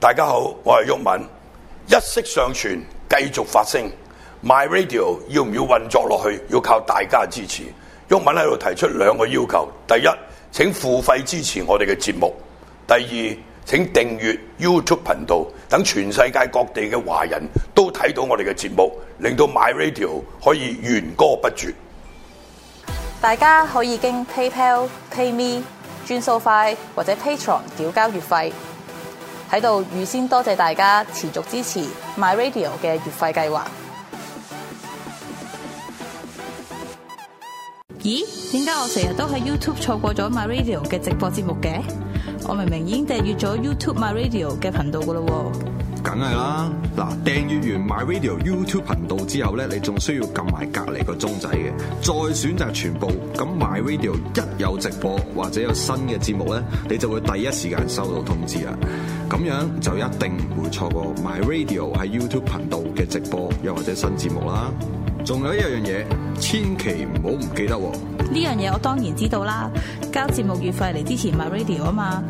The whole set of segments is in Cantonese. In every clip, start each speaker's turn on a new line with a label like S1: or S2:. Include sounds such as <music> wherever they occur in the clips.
S1: 大家好，我係鬱敏，一息尚存，繼續發聲。My Radio 要唔要運作落去？要靠大家支持。鬱敏喺度提出兩個要求：第一，請付費支持我哋嘅節目；第二，請訂閱 YouTube 頻道，等全世界各地嘅華人都睇到我哋嘅節目，令到 My Radio 可以源歌不絕。
S2: 大家可以經 PayPal、PayMe、轉數快或者 Patron 繳交月費。喺度預先多謝大家持續支持 My Radio 嘅月費計劃。咦？點解我成日都喺 YouTube 錯過咗 My Radio 嘅直播節目嘅？我明明已經訂閱咗 YouTube My Radio 嘅頻道噶咯喎。
S3: 梗係啦，嗱訂閱完 My Radio YouTube 頻道之後咧，你仲需要撳埋隔離個鐘仔嘅，再選擇全部。咁 My Radio 一有直播或者有新嘅節目咧，你就會第一時間收到通知啦。咁樣就一定唔會錯過 My Radio 喺 YouTube 頻道嘅直播，又或者新節目啦。仲有一樣嘢，千祈唔好唔記得喎。
S2: 呢樣嘢我當然知道啦，交節目月費嚟之前買 radio 啊嘛。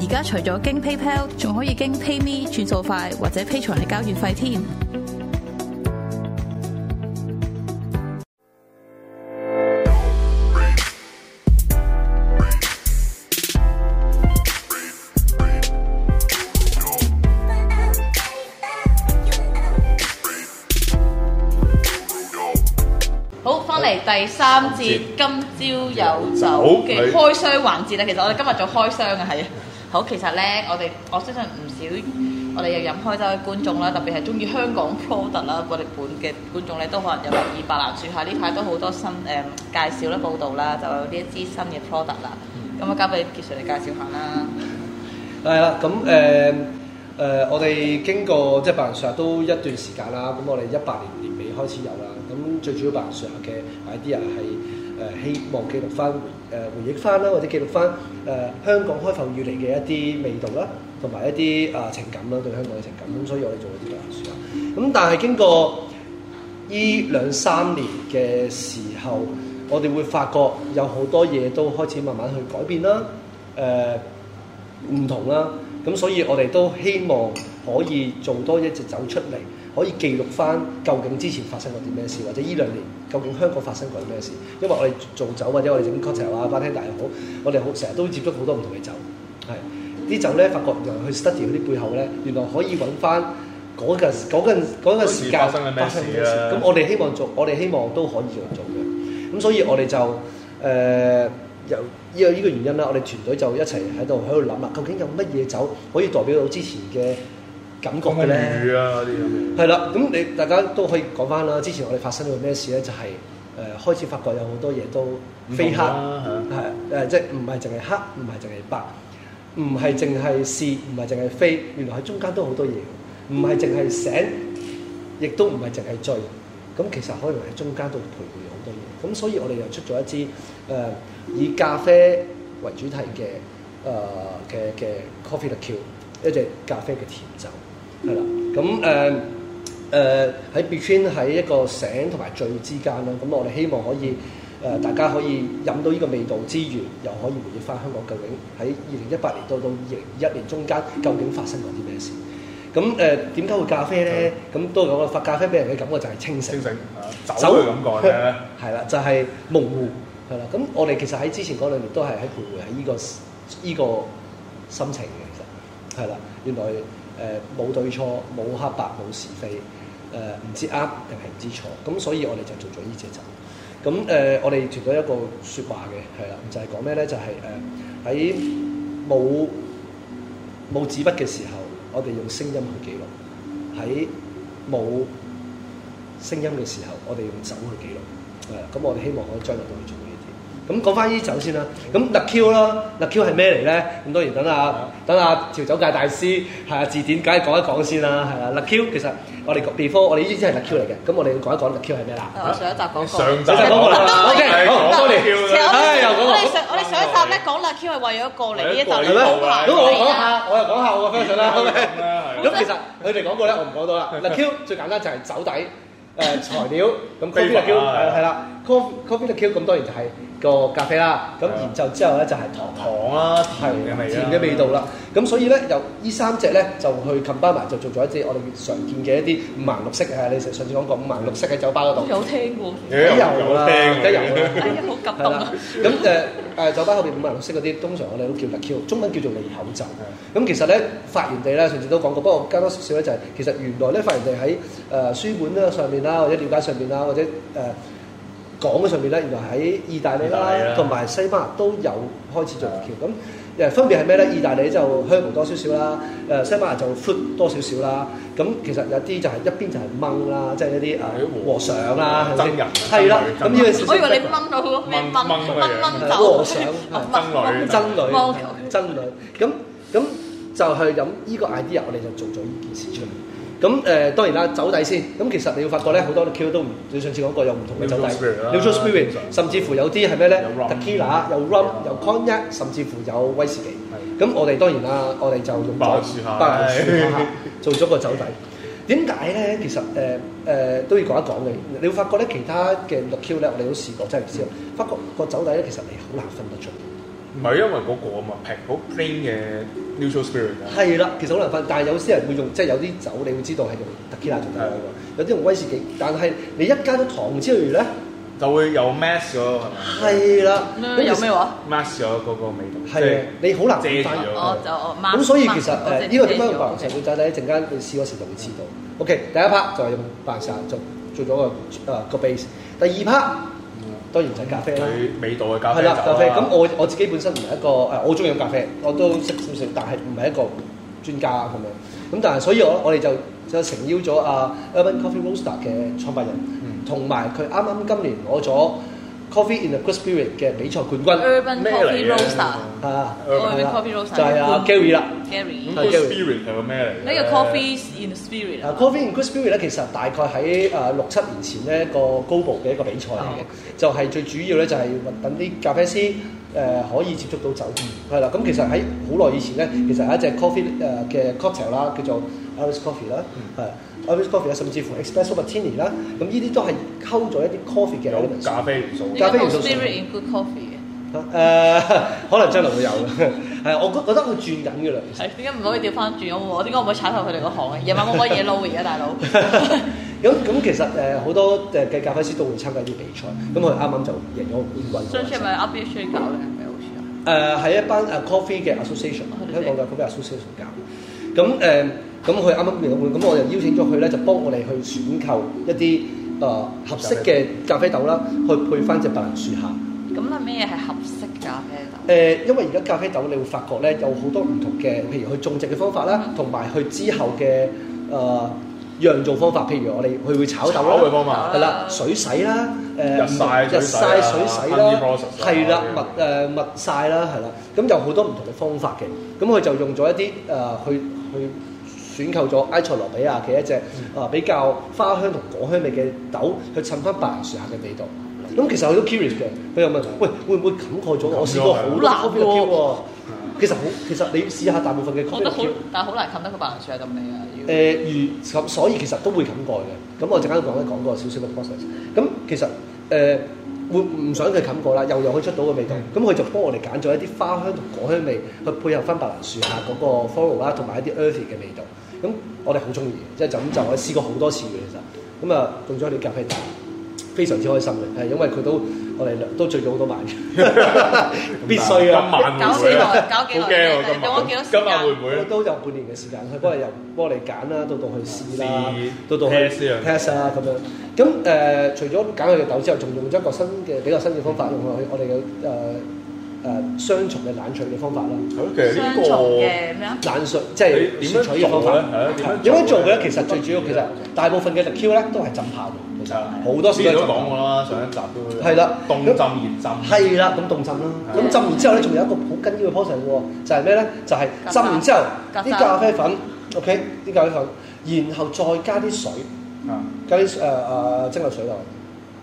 S2: 而家除咗經 PayPal，仲可以經 PayMe 轉數快或者 Patreon 嚟交月費添。
S4: 好，翻嚟第三節，今朝有酒嘅
S5: 好
S4: 開箱環節啦。啊其實我哋今日做開箱嘅係， <laughs> 好其實咧，我哋我相信唔少我哋又飲開酒嘅觀眾啦，特別係中意香港 product 啦，我哋本嘅觀眾咧都可能有留意白蘭樹下呢排都好多新誒、介紹啦、報導啦，就有呢一支新嘅 product 啦。咁啊，交俾傑 Sir 嚟介紹下啦。
S5: 係啦，咁誒誒，我哋經過即係白雲樹下都一段時間啦，咁我哋一八年年尾開始有啦，咁最主要白雲樹下嘅 idea 係誒呃希望記錄翻誒回憶翻啦，或者記錄呃翻誒、香港開埠以嚟嘅一啲味道啦，同埋一啲啊、情感啦，對香港嘅情感，咁所以我哋做咗啲白雲樹下，咁但係經過呢兩三年嘅時候，我哋會發覺有好多嘢都開始慢慢去改變啦，呃誒、唔同啦。咁所以我哋都希望可以做多一隻酒出嚟，可以記錄翻究竟之前發生過啲咩事，或者呢兩年究竟香港發生過啲咩事。因為我哋做酒或者我哋整 cocktail 啊、bartender 又好，我哋好成日都接觸好多唔同嘅酒，係啲酒咧發覺原來去 study 嗰啲背後咧，原來可以揾翻。嗰陣嗰陣嗰陣時間
S6: 嗰時發生緊咩事啊
S5: 咁我哋希望做，我哋希望都可以做做嘅。咁所以我哋就誒、由依個依個原因啦，我哋團隊就一齊喺度喺度諗啦，究竟有乜嘢酒可以代表到之前嘅感覺
S6: 講
S5: 嘅
S6: 個
S5: 咧？
S6: 魚啊嗰啲咁
S5: 係啦，咁你大家都可以講翻啦。之前我哋發生咗咩事咧？就係、誒、開始發覺有好多嘢都
S6: 樣，
S5: 非黑，係
S6: 唔同啦
S5: 誒，即係唔係淨係黑，唔係淨係白，唔係淨係是，唔係淨係非，原來喺中間都好多嘢，唔係淨係醒，亦都唔係淨係醉。咁其實可能喺中間度徘徊好多嘢。咁所以我哋又出咗一支誒、以咖啡為主題嘅誒嘅嘅 coffee liqueur，一隻咖啡嘅甜酒，係啦。咁誒。誒喺 between 喺一個醒同埋醉之間啦，咁我哋希望可以誒、呃大家可以飲到呢個味道之餘，又可以回憶翻香港究竟喺二零一八年到到二零二一年中間究竟發生過啲咩事。咁誒點解會咖啡咧？咁都講啦，發咖啡俾人嘅感覺就係清醒
S6: 清。醒啊走嘅感覺咧，
S5: <laughs> 係啦，就係、模糊係啦。咁我哋其實喺之前嗰兩年都係喺徘徊喺呢、個依、個心情嘅，其實係啦。原來誒呃冇、對錯，冇黑白，冇是非，誒、呃唔知啱定係唔知錯。咁所以我哋就做咗呢隻酒。咁誒、我哋團隊有一個説話嘅係啦，就係講咩咧？就係誒喺冇冇紙筆嘅時候，我哋用聲音去記錄；喺冇聲音嘅時候，我哋用酒去記錄。誒，咁我哋希望可以將來都會做呢啲。咁講翻呢啲酒先啦。咁特 Q 啦，特 Q 係咩嚟咧？咁當然等阿等阿調酒界大師係啊字典，梗係講一講先啦。係啊，特 Q 其實我哋 before 我哋呢啲係特 Q 嚟嘅。咁我哋要講一講特 Q 係咩啦？
S4: 我上一集講過。
S6: 上集
S5: 就係講過啦。OK，好，多謝。
S4: 其實我
S5: 唉又講
S4: 我
S5: 過
S4: 哋上我哋上一集咧講啦，Q 係為咗過嚟呢一集
S6: 係
S5: 係咩？
S6: 好啊
S5: 咁我講下，我又講下我個 version 啦。
S6: 咁啦係
S5: 咁其實佢哋講過咧，Ờ, 我唔講到啦。嗱 Q 最簡單就係酒底誒材料，咁 coffee
S6: 非
S5: Q
S6: 法啊
S5: 係係啦 coffee coffee l i q u 咁當然就係個咖啡啦，咁
S6: 係啊
S5: 然就之後咧就係糖
S6: 糖啦，
S5: 係
S6: 甜嘅味啦
S5: 甜嘅味道啦。咁所以咧，由呢三隻咧就去 combine 埋，就做咗一隻我哋常見嘅一啲五顏六色嘅。你上次講過五顏六色喺酒吧嗰度，
S4: 有聽過，
S6: 有
S5: 梗有啦，
S6: 聽
S5: 梗有啦。
S4: 哎呀，好感
S5: 係
S4: 動
S5: 啦
S4: 啊！，
S5: 咁誒誒酒吧後邊五顏六色嗰啲，通常我哋都叫 l i q u 中文叫做利口酒。咁其實咧，發源地咧上次都講過，不過我加多少少咧就係、其實原來咧發源地喺誒、呃書本咧上面啦，或者了解上面啦，或者誒、呃、講嘅上面咧，原來喺意大利
S6: 意大利
S5: 啦
S4: 啊
S6: 啦
S5: 同埋西班牙都有開始做 l i q u 咁誒分別係咩咧？意大利就香濃多少少啦，誒、西班牙就 fruit 多少少啦。咁其實有啲就係一邊就係掹啦，即係一啲誒和尚啦，係咪
S6: 僧人啊
S5: 先係啦。咁
S6: 僧侶
S5: 呢個
S4: 我以為你掹到嗰咩掹
S6: 掹
S4: 掹啊
S6: 掹乜嘢
S4: 掹
S5: 和
S4: 走，
S5: 尚係
S6: 僧侶
S5: 真啊女
S4: 哦，
S5: 真女，咁咁就係飲呢個 idea，我哋就做咗呢件事出嚟。咁誒、呃、當然啦，酒底先。咁其實你要發覺咧，好多 Q 都唔，你上次講過有唔同嘅酒底
S6: Neutral spirit 啦
S5: Neutral spirit，甚至乎有啲係咩咧
S6: 有 rum
S5: ？Tequila、有 rum、有 cognac，甚至乎有威士忌。咁我哋當然啦，我哋就用
S6: 白蘭
S5: 咗
S6: 樹下
S5: 白蘭樹下做咗個酒底。點解咧？其實誒誒、呃都要講一講嘅。你會發覺咧，其他嘅 l Q 咧，我哋都試過，真係唔知道。啊發覺個酒底咧，其實你好難分得出。
S6: 唔係因為嗰個啊嘛，平好 plain 嘅 neutral spirit 啊，
S5: 係啦，其實好難分，但係有啲人會用，即係有啲酒你會知道係用特基拉做底喎，有啲用威士忌，但係你一加咗糖之餘咧，
S6: 就會有 mask 咗係咪
S5: 係啦，咁
S4: 有
S5: 其實
S4: 咩？話？
S6: ？mask 咗嗰個味道，即
S5: 係啊
S6: 係，
S5: 你好難
S6: 遮
S5: 分
S6: 住咗
S4: 我哦就我掹
S5: 咁所以其實
S4: 掹
S5: 誒呢個點解用白
S4: 我
S5: 蘭
S4: 即
S5: 石
S4: 係
S5: 做底？一陣間你試嗰時就會知道。OK，第一 part 就係用白蘭石做做咗個誒個 base，第二 part 嗯當然就係咖啡啦。
S6: 佢味道嘅咖
S5: 係
S6: 啡酒
S5: 啦
S6: 啦，
S5: 咖啡。啊咁我我自己本身唔係一個誒，我中意飲咖啡，我都識少少，但係唔係一個專家咁樣。咁但係所以我我哋就就誠邀咗阿 Urban Coffee Roaster 嘅創辦人，同埋佢啱啱今年攞咗 Coffee in the Good Spirit 嘅比賽冠軍
S4: Urban
S6: 咩
S4: Coffee
S6: 嚟嘅
S4: Roaster，
S5: 啊，
S6: Urban
S5: 係
S4: Coffee Roaster 嗯
S5: 就係阿
S4: 冠軍
S5: Gary 啦。
S6: 咁
S4: Gary，
S6: 個
S5: 係 Gary
S6: spirit 係個咩嚟
S4: 呢
S6: 嘅？
S4: 個 Coffee in Spirit
S5: 啊
S4: 啊，
S5: ，Coffee and Good Spirit 咧，其實大概喺誒六七年前咧個高步嘅一個比賽嚟
S6: 哦
S5: 嘅，就係最主要咧就係等啲咖啡師誒、可以接觸到酒，係啦。咁其實喺好耐以前咧，其實有一隻 coffee 誒、嘅 cocktail 啦，叫做 Irish Coffee 啦，
S6: 嗯
S5: 係 Irish Coffee 啦，甚至乎 Espresso Martini 啦，咁呢啲都係溝咗一啲 coffee 嘅 elements
S6: 有咖啡元素
S4: 呢
S5: 咖
S4: 個
S5: 啡元素
S4: Spirit in Good Coffee
S5: 誒、
S4: 嘅，
S5: <laughs> 可能將來會有嘅，係我覺覺得佢轉緊嘅啦。其實
S4: 係點解唔可以調翻轉？我我點解唔可以踩透佢哋個行嘅？夜晚冇乜嘢撈而家大佬。
S5: <laughs> 咁咁其實誒好、多誒嘅咖啡師都會參加啲比賽，咁佢啱啱就贏咗個冠軍。
S4: 上次係咪 RBHA 搞嘅？係咪好似啊？
S5: 誒喺一班誒 coffee 嘅 association，
S4: 佢哋
S5: 香港嘅 coffee association 搞。咁誒，咁佢啱啱面換，咁我就邀請咗佢咧，就幫我哋去選購一啲誒、呃合適嘅咖啡豆啦，去配翻只白蘭樹下。
S4: 咁係咩嘢係合適咖啡豆
S5: 誒、？呃因為而家咖啡豆你會發覺咧，有好多唔同嘅，譬如佢種植嘅方法啦，同埋佢之後嘅誒、呃、釀造方法，譬如我哋佢會炒豆
S6: 炒嘅
S5: 啦。
S6: 方法
S5: 係啦，水洗啦，
S6: 日曬
S5: 誒
S6: 水
S5: 日
S6: 洗
S5: 曬
S6: 啊
S5: 水洗
S6: honey
S5: 啦
S6: process，啊
S5: 係啦，
S6: 嗰啲
S5: 密誒密曬啦，係啦，咁有好多唔同嘅方法嘅，咁佢就用咗一啲誒去去選購咗埃塞羅比亞嘅一隻
S4: 嗯
S5: 啊比較花香同果香味嘅豆，去襯翻白蘭樹下嘅味道。咁其實佢都 curious 嘅，佢又問：喂，會唔會冚蓋咗？我試過好多
S4: 好
S5: coffee
S4: 難喎
S5: Q 喎。其實好，其實你試下大部分嘅
S4: 我
S5: coffee
S4: 覺得好
S5: Q。，
S4: 但係好難冚得個白蘭樹喺度味啊！要
S5: 誒如咁，呃所以其實都會冚蓋嘅。咁我陣間講一講個少少嘅 process。咁其實誒、呃、會唔想佢冚蓋啦，又有佢出到嘅味道。咁佢就幫我哋揀咗一啲花香同果香味，去配合翻白蘭樹下嗰個 floral 啦，同埋一啲 earthy 嘅味道。咁我哋好中意嘅，即係就咁就我試過好多次嘅其實。咁啊，用咗啲咖啡豆。非常之開心嘅，係因為佢都我哋都醉咗好多晚嘅，必須啊！
S6: 今晚
S4: 搞
S6: 會唔
S4: 幾
S6: 會
S4: 耐
S6: 啊？？
S4: 搞
S6: 好
S4: 幾
S6: 驚
S4: 耐？
S6: 喎！今
S4: 用咗幾多
S6: 晚
S4: 時
S6: 今晚會
S4: 間？
S6: 唔
S5: 我
S6: 會？
S5: 都有半年嘅時間，佢幫你又幫你揀啦，到到去試啦
S6: 啊試，
S5: 到到去
S6: test 啊
S5: test 啊咁樣。咁誒、呃除咗揀佢嘅豆之後，仲用咗一個新嘅比較新嘅方法，用佢
S6: 嗯
S5: 我哋嘅誒誒呃雙重嘅冷萃嘅方法啦。
S6: 其實呢
S4: 雙重
S6: 個
S4: 嘅咩啊？
S5: 冷萃即係
S6: 你點樣
S5: 萃取嘅方法
S6: 做咧係啊點樣做。
S5: 點樣做
S6: 咧
S5: 嘅咧？其實最主要其實大部分嘅 l i q 咧都係浸泡嘅，其實好多
S6: 之
S5: 時都
S6: 前
S5: 係
S6: 都
S5: 浸
S6: 講
S5: 泡。
S6: 過啦，上一集都有
S5: 係啦
S6: 凍浸熱浸
S5: 係啦，咁凍浸啦，咁浸完之後咧，仲有一個好緊要嘅 process 喎，就係咩咧？就係、浸完之後，
S4: 夾
S5: 啲
S4: 雜
S5: 咖啡粉，OK，啲咖啡粉，然後再加啲水。
S6: 啊！
S5: 加啲誒誒蒸餾水落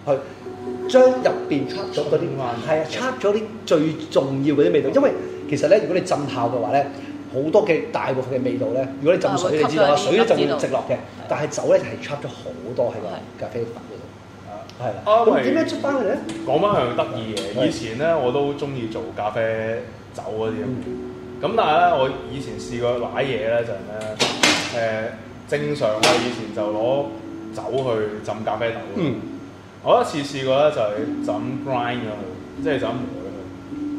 S5: 去，將入邊出咗嗰啲
S6: 循環
S5: 係啊，出咗啲最重要嗰啲味道。因為其實咧，如果你浸泡嘅話咧，好多嘅大部分嘅味道咧，如果你浸
S4: 啊會
S5: 水，
S4: 吸
S5: 你知道啦，
S4: 咗啲
S5: 水咧就
S4: 我
S5: 會
S4: 知道
S5: 直落嘅
S4: 係，
S5: 但係酒咧就係出咗好多喺個咖啡粉嗰度。
S6: 啊
S5: 係啦。
S6: 啊
S5: 咁
S6: 喂
S5: 點解出翻佢咧？
S6: 講翻樣得意嘅，
S5: 係
S6: 以前咧我都中意做咖啡酒嗰啲咁
S5: 嗯
S6: 咁但係咧，我以前試過攋嘢咧就係咧誒正常我以前就攞酒去浸咖啡豆。
S5: 嗯，
S6: 我一次試過咧就係就咁 grind 咗佢，即係就咁磨咗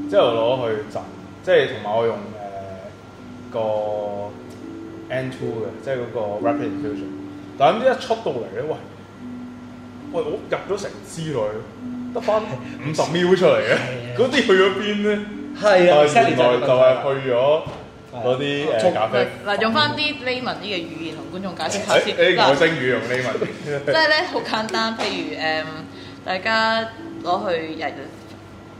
S6: 佢，之後攞去浸，即係同埋我用誒、個 N two 嘅，即係嗰個 rapid infusion。但係咁一出到嚟咧，喂喂，我入咗成支落去，得
S4: <laughs>
S6: 翻五十 ml 出嚟嘅，
S4: 啊
S6: 嗰啲去咗邊咧？
S5: 係啊，
S6: 原來就係去咗嗰啲
S4: 啊
S6: 誒
S5: 從
S6: 咖啡。
S4: 嗱，用翻啲 layman 啲嘅語言同觀眾解釋下
S6: 誒
S4: 先。
S6: 誒，
S4: 嗱
S6: 外星語用呢文。
S4: 即係咧好簡單，譬如誒、大家攞去日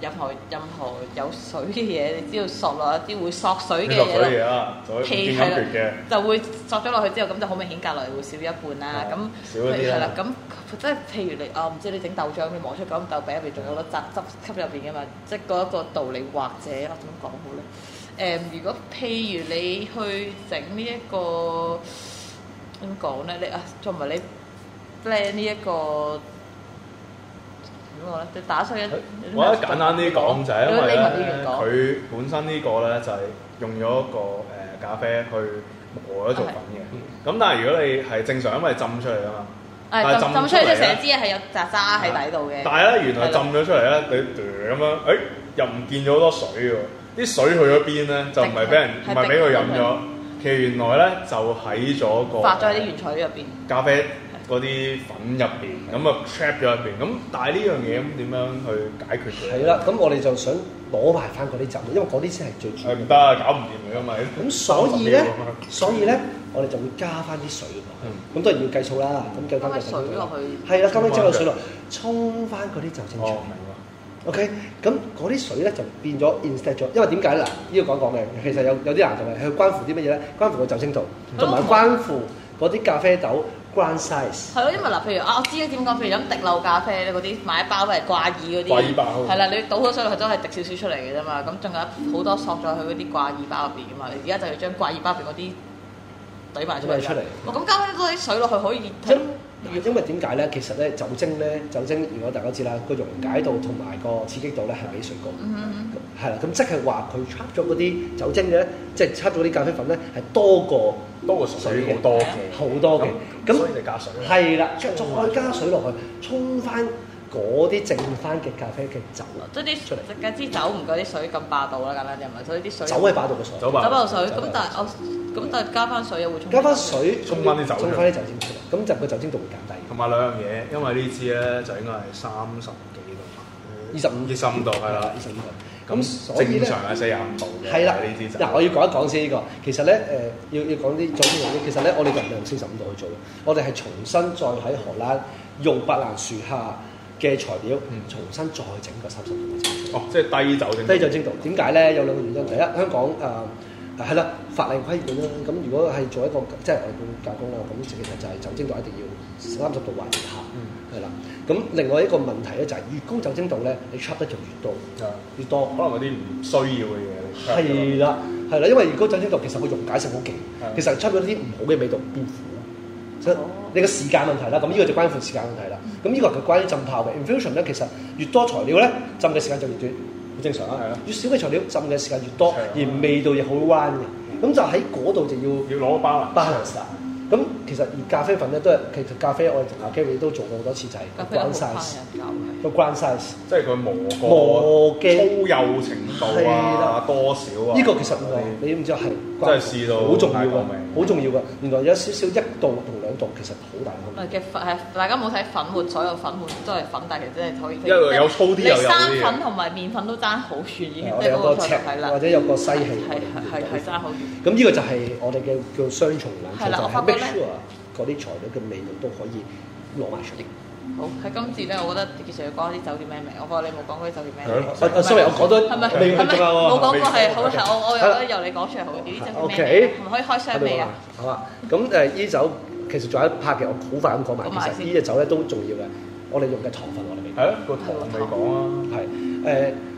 S4: 任何任何有水嘅嘢，你知道索落一啲會索水
S6: 你
S4: 嘅
S6: 落
S4: 嘢
S6: 水嘢
S4: 啦。
S6: 啊，就
S4: 屁
S6: 見
S4: 係
S6: 飲
S4: 啦
S6: 決嘅。，
S4: 就會索咗落去之後，咁就好明顯隔離會少一半啦。
S6: 係
S4: 咁
S6: 少一啲啦
S4: 係啦，咁即係譬如你啊，唔知你整豆漿，你磨出咁豆餅入邊仲有粒汁汁吸入邊嘅嘛，即係嗰一個道理，或者我點講好咧？誒、如果譬如你去整呢一個點講咧，你啊，仲唔係你 blend 呢一個點講咧？你打碎一，
S6: 我覺得簡單啲講就係因為
S4: 你文
S6: 咧，佢本身呢個咧就係用咗一個誒咖啡去磨咗做粉嘅。咁但係如果你係正常，因為浸出嚟啊嘛。但係
S4: 誒
S6: 浸
S4: 浸浸出嚟
S6: 出嚟
S4: 即係
S6: 咧
S4: 成支嘢係有渣渣喺底度嘅。
S6: 但係咧，原來
S4: 係
S6: 浸
S4: 啦
S6: 咗出嚟咧，你咁樣，誒又唔見咗好多水喎。啲水去咗邊咧？就唔係俾人唔
S4: 係
S6: 係俾佢飲
S4: 係
S6: 咗，其實原來咧就喺咗個
S4: 發咗喺啲原材料入邊。
S6: 咖啡嗰啲粉入邊，咁啊 trap 咗入邊。咁但係呢樣嘢咁點樣去解決佢？
S5: 係啦。咁我哋就想攞埋翻嗰啲酒，因為嗰啲先係最主
S6: 誒
S5: 要。
S6: 唔得啊，搞唔掂佢啊嘛。，
S5: 咁所以咧所以咧，我哋就會加翻啲水落去。咁當然要計數啦。咁計翻計
S4: 加翻水落去
S5: 係啦，加翻酒落水落去，沖翻嗰啲酒精出嚟
S6: 哦，明啦。
S5: OK，咁嗰啲水咧就變咗 instead 咗，因為點解咧？嗱，呢個講講嘅，其實有有啲難度嘅，佢關乎啲乜嘢咧？關乎個酒精度，同埋關乎嗰啲咖啡豆 grand size。
S4: 係咯，因為嗱，譬如啊，我知咧點講，譬如飲滴漏咖啡咧，嗰啲買一包係掛耳嗰啲，
S6: 掛耳包
S4: 係啦，你倒咗水落去都係滴少少出嚟嘅啫嘛，咁仲有好多索咗去嗰啲掛耳包入邊噶嘛，你而家就要將掛耳包入邊嗰啲懟埋出嚟
S5: 懟埋出嚟
S4: 啦。哇咁加翻啲水落去可以，
S5: 因因為點解咧？其實咧酒精咧，酒精如果大家都知啦，個溶解度同埋個刺激度咧係比水高。
S4: 嗯
S5: 係啦，咁即係話佢 trap 咗嗰啲酒精嘅咧，即係 trap 咗啲咖啡粉咧，係多過
S6: 多過水好多嘅，
S5: 好多嘅。咁
S6: 所以就加水啦。
S5: 係啦，再再加水落去，沖翻嗰啲剩翻嘅咖啡嘅酒啊，
S4: 哦即係啲
S5: 出嚟
S4: 即係支酒唔夠啲水咁霸道啦，簡單啲係咪？所以啲水
S5: 酒係擺到嘅水，
S6: 走
S4: 酒
S6: 吧
S4: 爆，水，咁但係我咁但係加翻水又會沖
S5: 加翻水
S6: 沖返啲酒
S5: 沖翻啲酒精出嚟，咁就個酒精度會減低嘅。
S6: 同埋兩樣嘢，因為呢支咧就應該係三十幾度，
S5: 二十五
S6: 二十五度係啦
S5: 二。十五度。咁
S6: 咁
S5: 所以
S6: 正
S5: 咧。
S6: 常係四十五度嘅。
S5: 係啦
S6: 呢支，就
S5: 嗱，我要講一講先呢個。其實咧，誒、要要講啲早啲用啲。其實咧，我哋就唔係用四十五度去做嘅，我哋係重新再喺荷蘭用白蘭樹下嘅材料，
S6: 嗯
S5: 重新再整個三十度嘅酒精
S6: 哦，即係低酒精。
S5: 低酒精度。點解咧？有兩個原因。第一，香港誒呃啊係啦，法例規管啦。咁如果係做一個即係我哋叫教工啦，咁其實就係酒精度一定要三十度或以下，
S6: 嗯
S5: 係啦、咁另外一個問題咧就係、越高酒精度咧，你 trap 得就越多，
S6: 啊
S5: 越多
S6: 可。能嗰啲唔需要嘅嘢你 trap 咗
S5: 係啦，係啦，因為如果酒精度其實個溶解性好勁
S6: 係，哦
S5: 其實出咗啲唔好嘅味道變苦，所以你個時間問題啦，咁呢個就關乎時間問題啦。
S6: 嗯
S5: 咁呢個係關於浸泡嘅 infusion 咧，其實越多材料咧，浸嘅時間就越短，好正常
S6: 係
S5: 啊
S6: 啊。
S5: 越少嘅材料，浸嘅時間越多，
S6: 係啊嗯
S5: 而味道亦好彎嘅。咁就喺嗰度就要。
S6: 要攞包啦。
S5: balance 啦。咁其實而咖啡粉咧都係，其實咖啡我哋同阿 Gary 都做過好多次，就係
S4: 咖
S5: 個
S4: 啡
S5: ground
S4: 好啊翻
S5: size，
S4: 人狗嘅。
S5: 個 ground size。
S6: 即係佢磨過
S5: 磨嘅
S6: 粗幼程
S5: 係
S6: 度啊
S5: 啦，
S6: 多少啊？
S5: 呢個其實原來你唔知係
S6: 真係試到
S5: 好重要
S6: 太過
S5: 嘅
S6: 明，
S5: 好重要嘅。原來有少少一度同兩度其實好大嘅
S4: 唔
S5: 分別。
S4: 係嘅粉係大家冇睇粉末，所有粉末都係粉，但係其實真係可以。
S6: 因為有粗啲又有啲
S4: 你生粉同埋麵粉都爭好遠，已經
S5: 我哋
S4: 即係
S5: 有
S4: 嗰個
S5: 個尺
S4: 菜就係啦
S5: 或。者有個西氣，
S4: 係係係係爭好遠。
S5: 咁呢個就係我哋嘅叫雙重冷
S4: 嗯係
S5: 卻，
S4: 啦
S5: 就
S4: 我發
S5: 係
S4: 覺
S5: make
S4: 咧
S5: sure 嗰啲材料嘅味道都可以攞埋出嚟。
S4: 好喺今次咧，我覺得其實要講啲酒店咩名，我覺得你冇講嗰啲酒店咩名。
S6: 係
S5: 啊啊，sorry，我講咗
S4: 係咪係
S5: 未
S4: 咪
S5: 仲有啊
S4: 冇講
S5: 喎。
S4: 過係好係我我
S5: 係啦
S4: 我由你講出嚟好啲，啲酒店咩
S5: OK
S4: 名？唔可以開箱未啊？？
S5: 好啊，咁誒呢酒其實仲有一 part 嘅，我好快咁講埋。
S4: 講埋
S5: 其實
S4: 先
S5: 呢隻酒咧都重要嘅，我哋用嘅糖分我哋未講。
S6: 係啊，個糖未講啊。
S5: 係誒、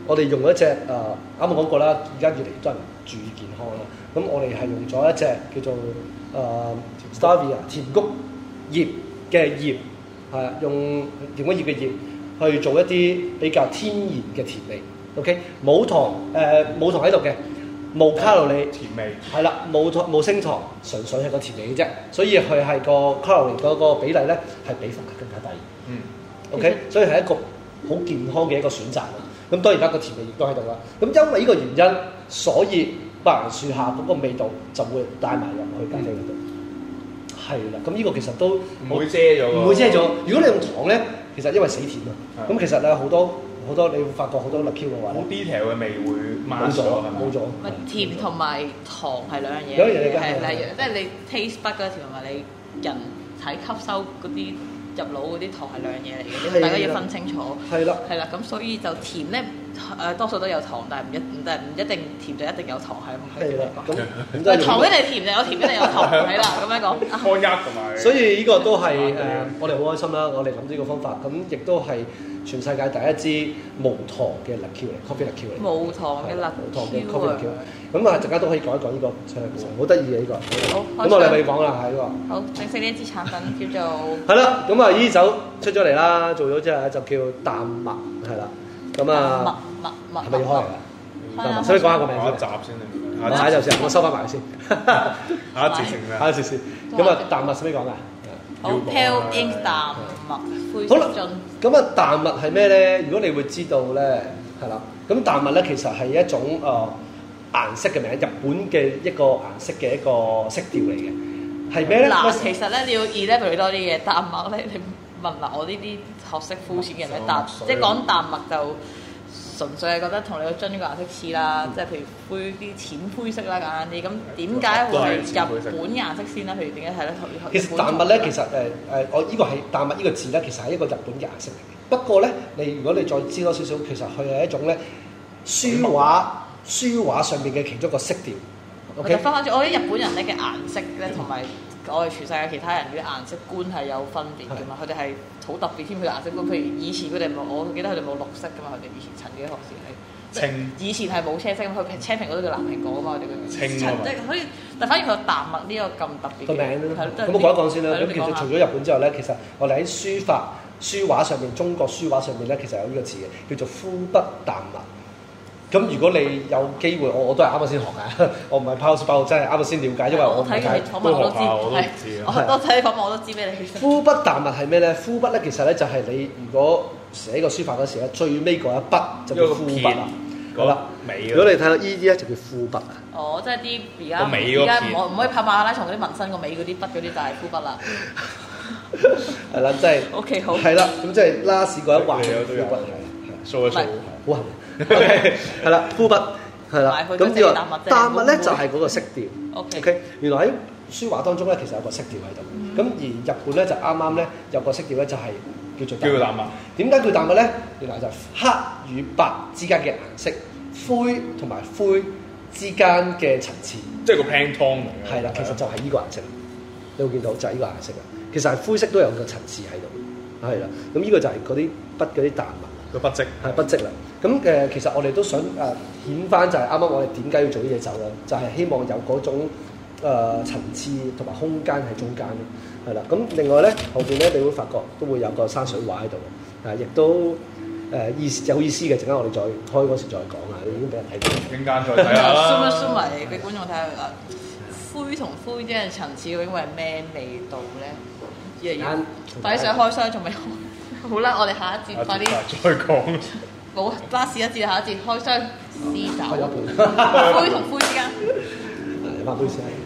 S5: 我哋用一隻誒啊啱啱講過啦，而家越嚟越多人注意健康啦。咁我哋係用咗一隻叫做誒、Starvia 甜菊葉嘅葉係啊，用甜瓜葉嘅葉去做一啲比較天然嘅甜味。OK，冇糖誒冇糖喺度嘅，冇卡路里。
S6: 甜味。
S5: 係啦，冇糖冇升糖，純粹係個甜味嘅啫，所以佢係個卡路里嗰個比例咧係比伏更加低。
S6: 嗯，
S5: OK，所以係一個好健康嘅一個選擇啦。咁當然啦，個甜味亦都喺度啦。咁因為呢個原因，所以白蘭樹下嗰個味道就會帶埋入去咖啡嗰度。係啦，咁呢個其實都
S6: 唔會遮咗喎
S5: 唔會遮咗。如果你用糖咧，其實因為死甜啊，
S6: 係
S5: 咁其實咧好多好多你會發覺好多辣椒嘅話
S6: 好
S5: 咧
S6: detail 嘅味會抹
S5: 冇咗
S6: 咗係咪？
S5: 冇咗
S4: 咪。甜同埋糖係兩樣嘢，
S5: 兩樣嘢㗎
S4: 係
S5: 係
S4: 例如即係你 taste bud 嗰時同埋你人體吸收嗰啲入腦嗰啲糖係兩樣嘢嚟
S5: 係
S4: 嘅，大家
S5: 啦
S4: 要分清楚。
S5: 係啦。
S4: 係啦，咁所以就甜咧，誒多數都有糖，但係唔一，但係唔一定甜就一定有糖係咁
S5: 係啦，咁咁
S4: 唔係
S5: 用
S4: 糖一定係甜就有甜，一定
S5: <laughs>
S4: 有糖係啦，咁樣講。啊
S6: 開一同埋。
S5: 所以呢個都係誒
S6: 麻麻地，
S5: 我哋好開心啦！我哋諗呢個方法，咁亦都係全世界第一支無糖嘅辣椒嚟，coffee 辣椒嚟。
S4: 無糖嘅辣
S5: 無糖嘅 coffee 辣椒
S4: Q 啊！。
S5: 咁啊，陣間都可以講一講呢個商品，好得意嘅呢個。
S4: 好
S5: 咁
S4: 開
S5: 我哋
S4: 心
S5: 咪講啦，係呢個。
S4: 好，正式呢一支產品叫做
S5: 係啦，咁啊，呢酒出咗嚟啦，做咗之後就叫淡墨，係啦。咁
S4: 麥
S5: 啊，
S4: 麥麥
S5: 係咪要開嚟啊？
S4: 麥麥
S5: 淡墨，使唔使講下個名
S6: 下一集
S5: 先？
S6: 先
S5: 我
S6: 定，下
S5: 睇
S6: 一集
S5: 就先，我收翻埋 <laughs> 先。
S6: 下一節先
S5: 下
S6: 啦
S5: 一。次先。咁啊，淡墨使唔使講㗎？
S4: 好
S6: 要
S4: pale
S6: 講
S4: ink 淡墨灰
S5: 好
S4: 色
S5: 啦
S4: 樽。，
S5: 咁啊淡物係咩咧？如果你會知道咧，係啦，咁淡物咧其實係一種誒、呃、顏色嘅名，日本嘅一個顏色嘅一個色調嚟嘅，係咩咧？
S4: 嗱，其實咧你要 elaborate 多啲嘢，淡墨咧你問嗱我呢啲學識膚淺嘅
S5: 哦
S4: 人咧，淡
S6: 水
S4: 即係講淡墨就純粹係覺得同你個樽個顏色似啦，
S5: 嗯
S4: 即係譬如灰啲淺灰色啦簡單啲。咁點解會係日本顏色先啦？譬如點解係咧？
S5: 其實淡物咧，其實誒誒，呃我呢個係淡物呢個字咧，其實係一個日本嘅顏色嚟嘅。不過咧，你如果你再知多少少，其實佢係一種咧書畫書畫上面嘅其中一個色調。
S4: 我
S5: OK 嗯
S4: 就。分開咗，我覺得日本人咧嘅顏色咧，同埋我哋全世界其他人嘅顏色觀係有分別嘅嘛。佢哋係好特別添，佢顏色觀。譬如以前佢哋冇，我記得佢哋冇綠色嘅嘛。佢哋以前曾經學時係。
S6: 清
S4: 以前係冇車色咁，佢青蘋果都叫藍蘋果啊嘛，我哋佢
S6: 青啊嘛
S4: 即係所以，但反而佢有淡墨呢個咁特別
S5: 個
S4: 嘅
S5: 名咧。
S4: 係
S5: 咁我講一講先啦。咁其實除咗
S4: 入
S5: 日本之後咧，其實我哋喺書法、書畫上面，中國書畫上面咧，其實有呢個字嘅，叫做枯不淡墨。咁如果你有機會，我我都係啱啱先學㗎， <laughs> 我唔係拋書包，我真係啱啱先了解，因為我唔
S4: 睇
S5: 係
S4: 完你訪問
S6: 都學
S4: 我都
S6: 下我都唔
S4: 知
S6: 知
S4: 係，
S6: 啊
S4: 我多睇你訪問我都知咩你其實
S5: 枯筆淡墨係咩咧？枯筆咧其實咧就係你如果寫個書法嗰時咧，最尾嗰一筆就叫枯筆啦。
S6: 一
S5: 好
S6: 個撇
S5: 啦，
S6: 嗰尾嗰
S5: 如果你睇到呢啲咧就叫枯筆啊。
S4: 哦，即係啲而家
S6: 個尾嗰
S4: 而家
S6: 片
S4: 唔可唔可以拍馬拉松嗰啲紋身個尾嗰啲筆嗰啲就係枯筆啦。
S5: 係啦，即係
S4: OK，好
S5: 係啦，咁即係拉屎嗰一畫
S6: 你有
S5: 係枯
S6: 都有
S5: 筆係。
S6: 掃一掃。
S5: 好啊痕， <laughs> 係啦，膚筆係啦
S4: 埋，佢
S5: 咁
S4: 嗰隻
S5: 呢
S4: 淡墨啫
S5: 個淡墨咧
S4: 會唔會
S5: 就係嗰個色調。
S4: OK
S5: OK，原嗯來喺書畫當中咧，其實有個色調喺度。咁而日本咧就啱啱咧有個色調咧就係叫做
S6: 叫
S5: 墨
S6: 淡墨。
S5: 點解叫淡墨咧？原來就係黑與白之間嘅顏色，灰同埋灰之間嘅層次。
S6: 即係個 pan 湯嚟嘅。
S5: 係啦，其實就係呢個顏色，你會見到就係呢個顏色啦。啊其實係灰色都有個層次喺度，係啦。咁呢個就係嗰啲筆嗰啲淡墨。
S6: 個筆跡。
S5: 係筆跡啦。咁誒、呃其實我哋都想誒、呃顯翻就係啱啱我哋點解要做呢隻酒啦，就係、希望有嗰種誒、層次同埋空間喺中間咯。係啦，咁另外咧後邊咧，你會發覺都會有個山水畫喺度，啊，亦都誒、呃意思有意思嘅。陣間我哋再開嗰時再講啊，已經俾人睇到。
S6: 陣間再睇下
S4: zoom 一
S6: 啦。
S4: zoom 啊埋俾觀眾睇下啊，灰同灰之間嘅層次究竟會係咩味道咧？越嚟越快啲想開箱，仲未開。好啦，我哋下一節 <laughs> 快啲
S6: 再講。
S4: 冇巴士一節，下一節開箱試
S5: 開咗
S4: 酒。
S5: <laughs> 一半，
S4: 灰同灰之間。
S5: 係，翻杯先。